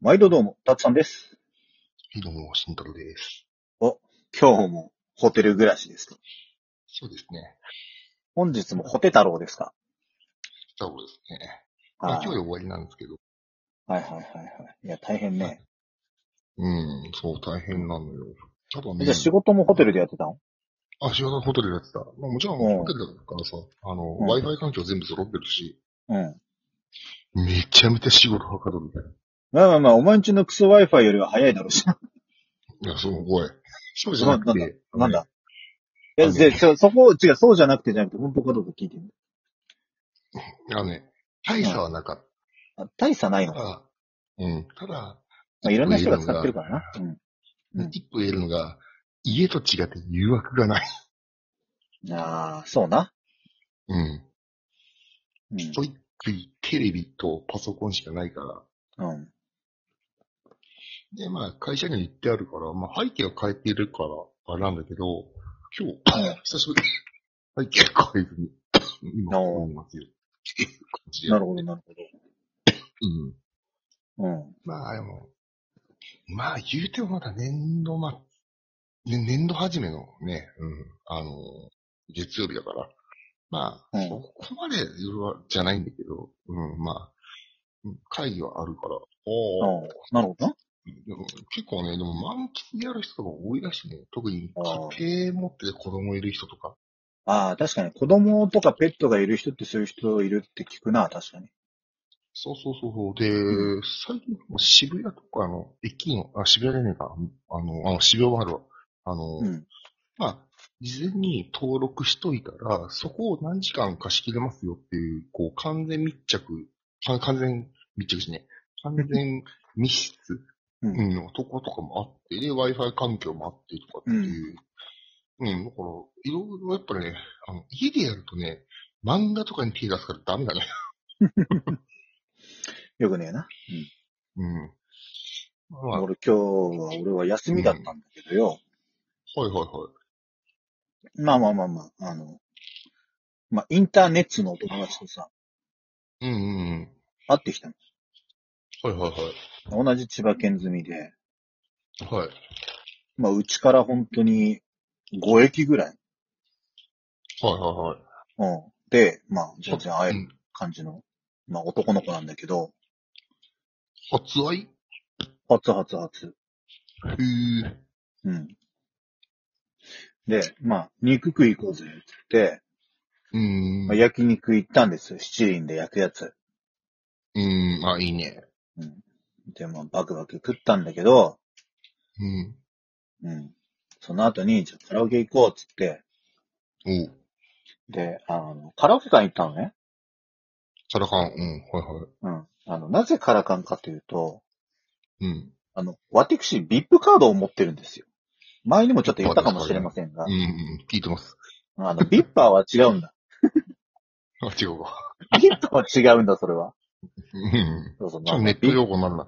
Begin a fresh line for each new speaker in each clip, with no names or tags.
毎度どうも、たつさんです。
どうも、慎太郎です。
今日もホテル暮らしですか
そうですね。
本日もホテ太郎ですか
そうですね。まあ
はい
今日で終わりなんですけど。
はいはいはいはい。いや、大変ね。
うん、そう、大変なのよ。ただね、
じゃあ仕事もホテルでやってたの
あ、仕事のホテルやってた。まあ、もちろん、
うん
ホテルだからさ、あの、
うん
Wi-Fi 環境全部揃ってるし、
うん。
めちゃめちゃ仕事はかどるみたい
まあまあまあ、お前んちのクソ Wi-Fi より は早いだろうし。
な。いや、そう、おい。そうじゃなくて、
なんだ
あのね
いや、
あの
で、そ、そこ、違う、そうじゃなくてじゃなくて、本当かどうか聞いてみる。
あのね、大差はなかっ
あ大差ないの
た。
か。
うん、ただ、
まあ、いろんな人が使ってるからな。うん。うん
一歩言えるのが、家と違って誘惑がない。
ああ、そうな。
うん。
うん。
ストイックにテレビとパソコンしかないから、
うん。
で、まあ、会社には行ってあるから、まあ、背景を変えているから、あれなんだけど、今日、久しぶりに背景を変えずに、今、
おー
思いますよ。っていう感じで
なるほど、なる
うん。
ほど。うん。
まあ、でも、まあ、言うてもまだ年度末、ね、年度初めのね、うん、あの、月曜日だから、まあ、
うん
そこまで夜はじゃないんだけど、うん、まあ、うん会議はあるから、おー
うん。なるほどな。
でも結構ね、でも満喫でやる人が多いらしいね。特に家庭持って子供いる人とか。
ああ、確かに子供とかペットがいる人ってそういう人いるって聞くな、確かに。
そうそうそうそう。で、
う
最近もう渋谷とかあの、駅の、あ、渋谷じゃねえか。あの、あの渋谷もあるわ。あの、
うん。
まあ、事前に登録しといたら、そこを何時間貸し切れますよっていう、こう、完全密着、か完全密着しね、完全密室
う
うんんのとことかもあって、で、Wi-Fi 環境もあってとかっていう。うん、だから、いろいろやっぱね、あの、家でやるとね、漫画とかに手出すからダメだね。
よくねえな。うん。
うん。まあ、はい
俺今日は、俺は休みだったんだけどよ。
はいは
まあまあまあまあ、あの、まあ、インターネットのお友達とさ、
い。うんうん
会ってきた
うん。はいはいはい。
の。同じ千葉県済みで、
はい。
まあ、うちから本当に5駅ぐらい。
はいは
うん。で、まあ、全
い
然
はい。
会え
う
る
ん。
感じの、まあ、男の子なんだけど、
初愛へ
初初初。
え。
うん。で、まあ、肉食い行こうぜ、って言って、
うん
まあ、。焼肉行ったんですよ。七輪で焼くやつ。
うん。あ、いいね。
うん。で、まあ、バクバク食ったんだけど、
うん。
うん。その後に、じゃあカラオケ行こうっつって、
おう。
で、あの、カラオケ館行ったのね。
サラカン。うん。はいはい。
うん。あの、なぜカラカンかというと、
うん。
あの、私、VIP カードを持ってるんですよ。前にもちょっと言ったかもしれませんが
うん、うん。聞いてます。
あの、VIP は違うんだ。
あ、違うか。
VIP は違うんだ、それは。
うん。
そうそう、
ちょっ
まあ、
とネット
VIP
用語になるな。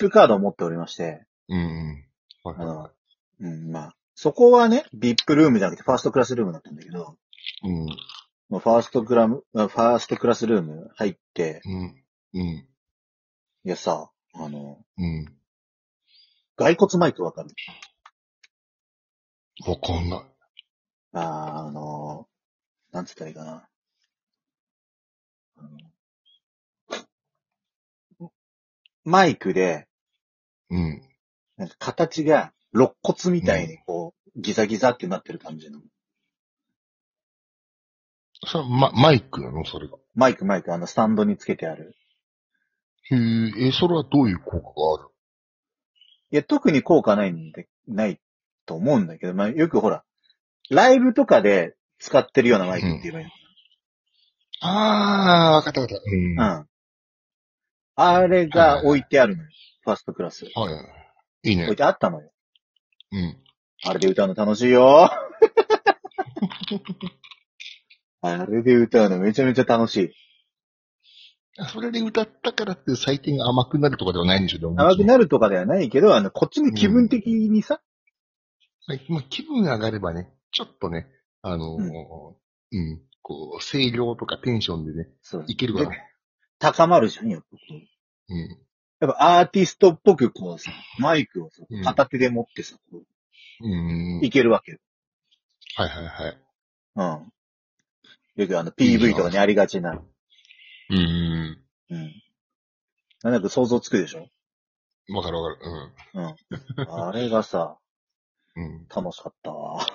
カードを持っておりまして、
うんうん。はいはいはい。
うん、まあ、そこはね、VIP ルームじゃなくてファーストクラスルームだったんだけど、
うん。
まあファーストクラム、あファーストクラスルーム入って、
うん。うん。
いやさ、あの、
うん。
骸骨マイクわかる
わかんない。
あーあのー、なんつったらいいかな。あのマイクで、
うん。
なんか形が肋骨みたいにこう、ギザギザってなってる感じの。
それ、ま、マイクなのそれが。
マイクマイク、あの、スタンドにつけてある。
へえ、え、それはどういう効果がある
いや、特に効果ないんで、ないと思うんだけど、まあ、よくほら、ライブとかで使ってるようなマイクって言えばいい
あー、わかったわかった。うん。
の。
は
うん。あれが置いてあるのよ。ファーストクラス。
い。いい
置い
ね。
てあったのよ。
うん。
あれで歌うの楽しいよ。 あれで歌うのめちゃめちゃ楽しい。
それで歌ったからって採点が甘くなるとかではないんでしょでも
甘くなるとかではないけど、あの、こっちに気分的にさ、
はいまあ、気分が上がればね、ちょっとね、あのー、う
うん
ん。こう、声量とかテンションでね、
そう
いけるからね。
高まるじゃん、やっぱ
うん。
やっぱアーティストっぽくこうさ、マイクをさ
うん
片手で持ってさ、こ
うん。
ういけるわけよ。
はいはいはい。
うん。よくあの PV とかにありがちな。
うん。
うん。なんだか想像つくでしょ
わかるわかる。
うん。あれがさ、
うん。うん。
楽しかったわ。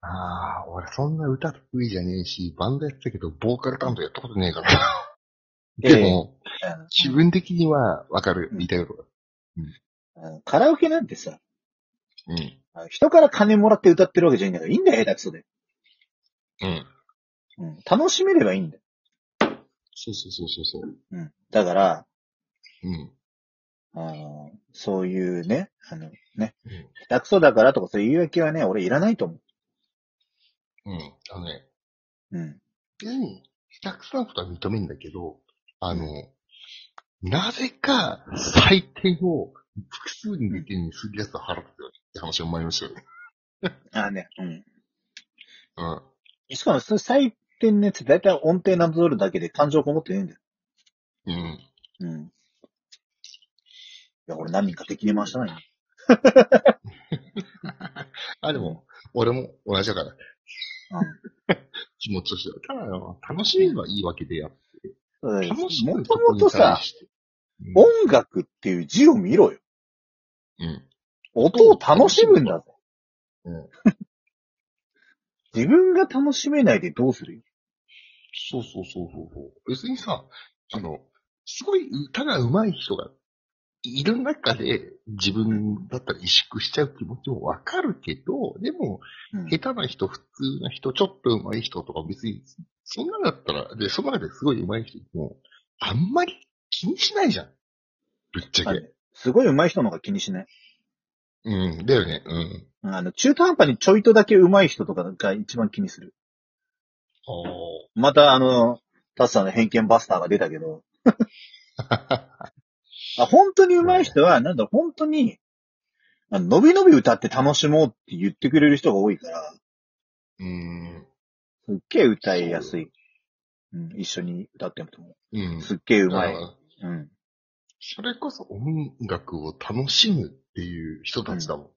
ああ、俺そんな歌得意じゃねえし、バンドやってたけど、ボーカル担当やったことねえから。でも、自分的にはわかる、
うん
似たよう
うんカラオケなんてさ、
な。うん。
あの人から金もらって歌ってるわけじゃないんだから、いいんだよ、下手くそで。
うん。
うん。楽しめればいいんだよ。
そうそうそうそうそう。
うん。だから、
うん。
あの、そういうね、あの、ね
うん、
下手くそだからとかそういう言い訳はね、俺いらないと思
うん。あのね、
う。うん。
別に、下手くそなことは認めんだけど、あの、なぜか、採点を複数に2点にするやつは腹立つよねって話を前にましたよね。
ああね、うん。
うん。
しかも、それ採点のやつ、だいたい音程なぞるだけで感情こもってねえんだよ。
うん。
うん。いや、俺何人か敵に回したないな。
あ、でも、俺も同じだから。
ん
気持ちとしては。ただよ、楽しめばいいわけでや。
も
楽しむ
ともとさ、、
お
音楽っていう字を見ろよ。
うん。
音を楽しむんだぜ。
うん。
自分が楽しめないでどうするよ。
そうそうそうそうそう。別にさ、あの、すごい歌が上手い人がいる中で自分だったら萎縮しちゃう気持ちもわかるけど、でも、
うん
下手な人、普通な人、ちょっと上手い人とか別に、そんなだったら、で、その中ですごい上手い人も、あんまり気にしないじゃん。ぶっちゃけ。
はいすごい上手い人の方が気にしない。
うん、だよね。うん。
うんあの、中途半端にちょいとだけ上手い人とかが一番気にする。また、あの、タスさんの偏見バスターが出たけど、
あ
あ本当に上手い人は、なんだろう、本当に、あの伸び伸び歌って楽しもうって言ってくれる人が多いから、
ー。 うん。
すっげえ歌いやすい。うん、一緒に歌ってもと思
うん
う。。すっげえ上
だか
手い。
ら
うん。
それこそ音楽を楽しむっていう人たちだも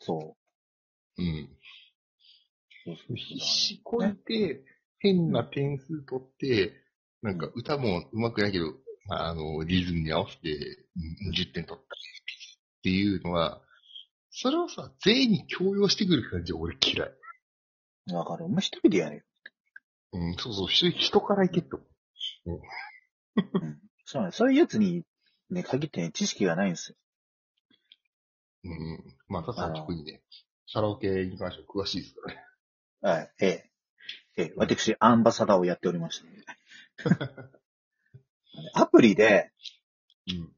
そ
ん。うん。
う。そう
必死こいて、変な点数取って、なんか歌も上手くないけど、まあ、あの、リズムに合わせてうん10点取ったっていうのは、それをさ、全員に強要してくる感じは俺嫌い。
わかる。お前一人でやれよ。
うん、そうそう、人人からいけって思う。
そうね。そういうやつに、ね、限ってね、知識がないんですよ。
うんうん。まあ、たさ
あ
ん
の
特にね、カラオケに関しては詳しいですからね。
はい。ええ。ええ、私、アンバサダーをやっておりました、ね。アプリで、
うん。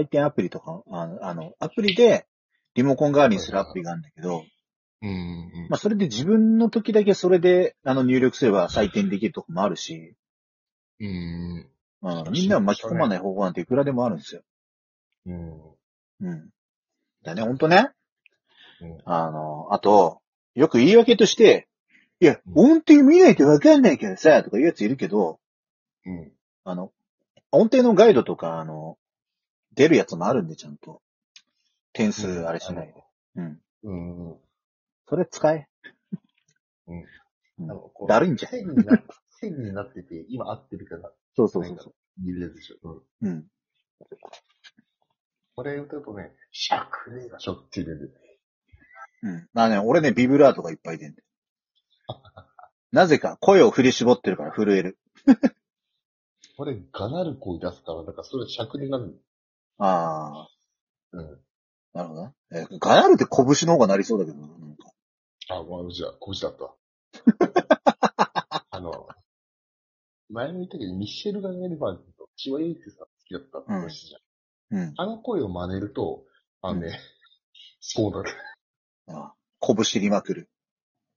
採点アプリとか、あの、あのアプリで、リモコン代わりにするアプリがあるんだけど、
うんうんうん
まあ、それで自分の時だけそれで、あの、入力すれば採点できるとこもあるし、
うん
うん、みんなを巻き込まない方法なんていくらでもあるんですよ。
うん。うん。
うん。だね、ほんとね
うん。
あの、あと、よく言い訳として、いや、
うん
音程見ないとわかんないからさ、とかいうやついるけど、
うん。
あの、音程のガイドとか、あの、出るやつもあるんで、ちゃんと。点数、あれしないで。うん。
うん。
それ使え。
あのこう
だるいんじゃん。
線にな線になってて、今合ってるから
そうそうそうそ
見れるでしょ。うん。
う。うん。
これ歌うとね、しゃくれがしょっちゅう出る。
うん。まあね、俺ね、ビブラートがいっぱい出んだよ なぜか、声を振り絞ってるから震える。
これ、がなる声出すから、だからそれしゃくれになる。
あ
うん。
あ、なるほどな。えー、ガナルって拳の方がなりそうだけどな、なんか。
あ、まあ、うちだ、こうちだった わ。あの、前も言ったけど、ミッシェルがエルバンと、千葉優ってさ、好きだったって話じゃん。
うん。
あの声を真似ると、あのね、
う
そうなる。
ああ拳りまくる。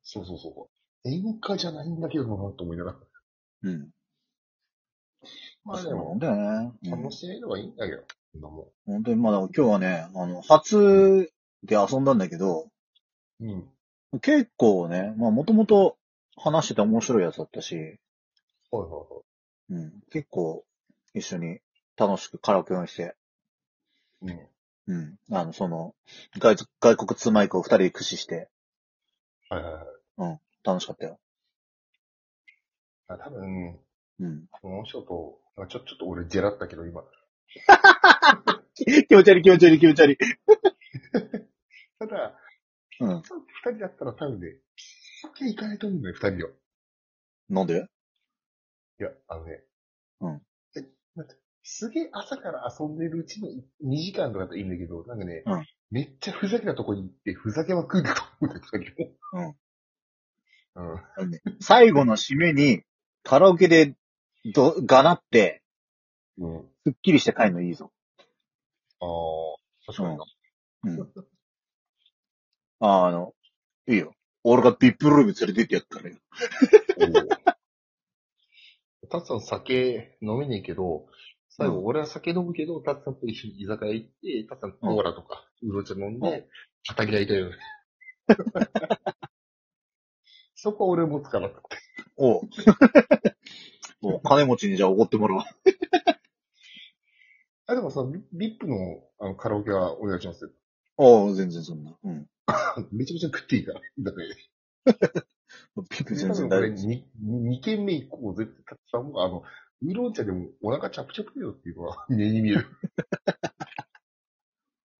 そうそうそう。演歌じゃないんだけどな、と思いながら。
うん。
まあで
そうな
も
ん、だよね。うん
楽しめればいいんだけど、今も。
本当に、まあ、だから今日はね、あの、初で遊んだんだけど、
うん。
結構ね、まあ、もともと話してて面白いやつだったし、
はいはいはい。
うん。結構、一緒に楽しくカラオケをして、
うん。
うん。あの、その、外外国ツーマイクを二人で駆使して
はいはいはい。
楽しかったよ。
あ多分、
うん。
この人と、あちょ、ちょっと俺、ジェラったけど、今。
気持ち悪い気持ち悪い気持ち悪い。
ただ、
うん。
二人だったら多分ね、先行かないと思うんだよ、二人は。
なんで
いや、あのね。
うん
え。なんかすげえ朝から遊んでるうちの2時間とかだったらいいんだけど、なんかね、
うん
めっちゃふざけたとこに行って、ふざけまくると思うんだけど。うん。うん。
あのね最後の締めに、カラオケで、ど、がなって、
うん。
すっきりして帰るのいいぞ。
ああ、確かにな。
うん。ああの、いいよ。俺がビップルーム連れてってやったらよ。
おータツさん酒飲めねえけど、最後
う
俺は酒飲むけど、タツさんと一緒に居酒屋行って、タツさんコーラとか、うどん茶飲ん
う
で、叩き台いたよね。そこは俺持つから。
おう。 もう金持ちにじゃあ奢ってもらおう。
あ、でもそのビビップのあのカラオケはお願いしますよ。
おう、全然そんな。うん。
めちゃめちゃ食っていいから。だって、
ビップ全
多分
然大
こ
丈
れ
夫です。
2軒目行こうぜって、タツさんも、あの、ウーロン茶でもお腹チャプチャプだよっていうのは目に見える。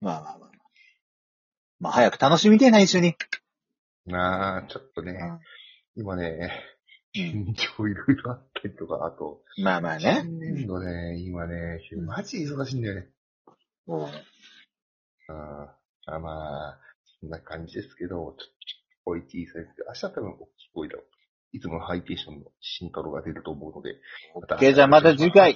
まあまあまあ。まあ早く楽しみてえな、一緒に。
なあ、ちょっとね、今ね、緊張いろいろあったりとか、あと、
うんまあまあね。
新年度ね、今ね、マジ忙しいんだよね。
おう
あーあまあ、そんな感じですけど、ちょっと、おい小さいですけど、明日多分大きい声だろう。いつものハイテンションの新太郎が出ると思うので、また
オッケーじゃあまた次回。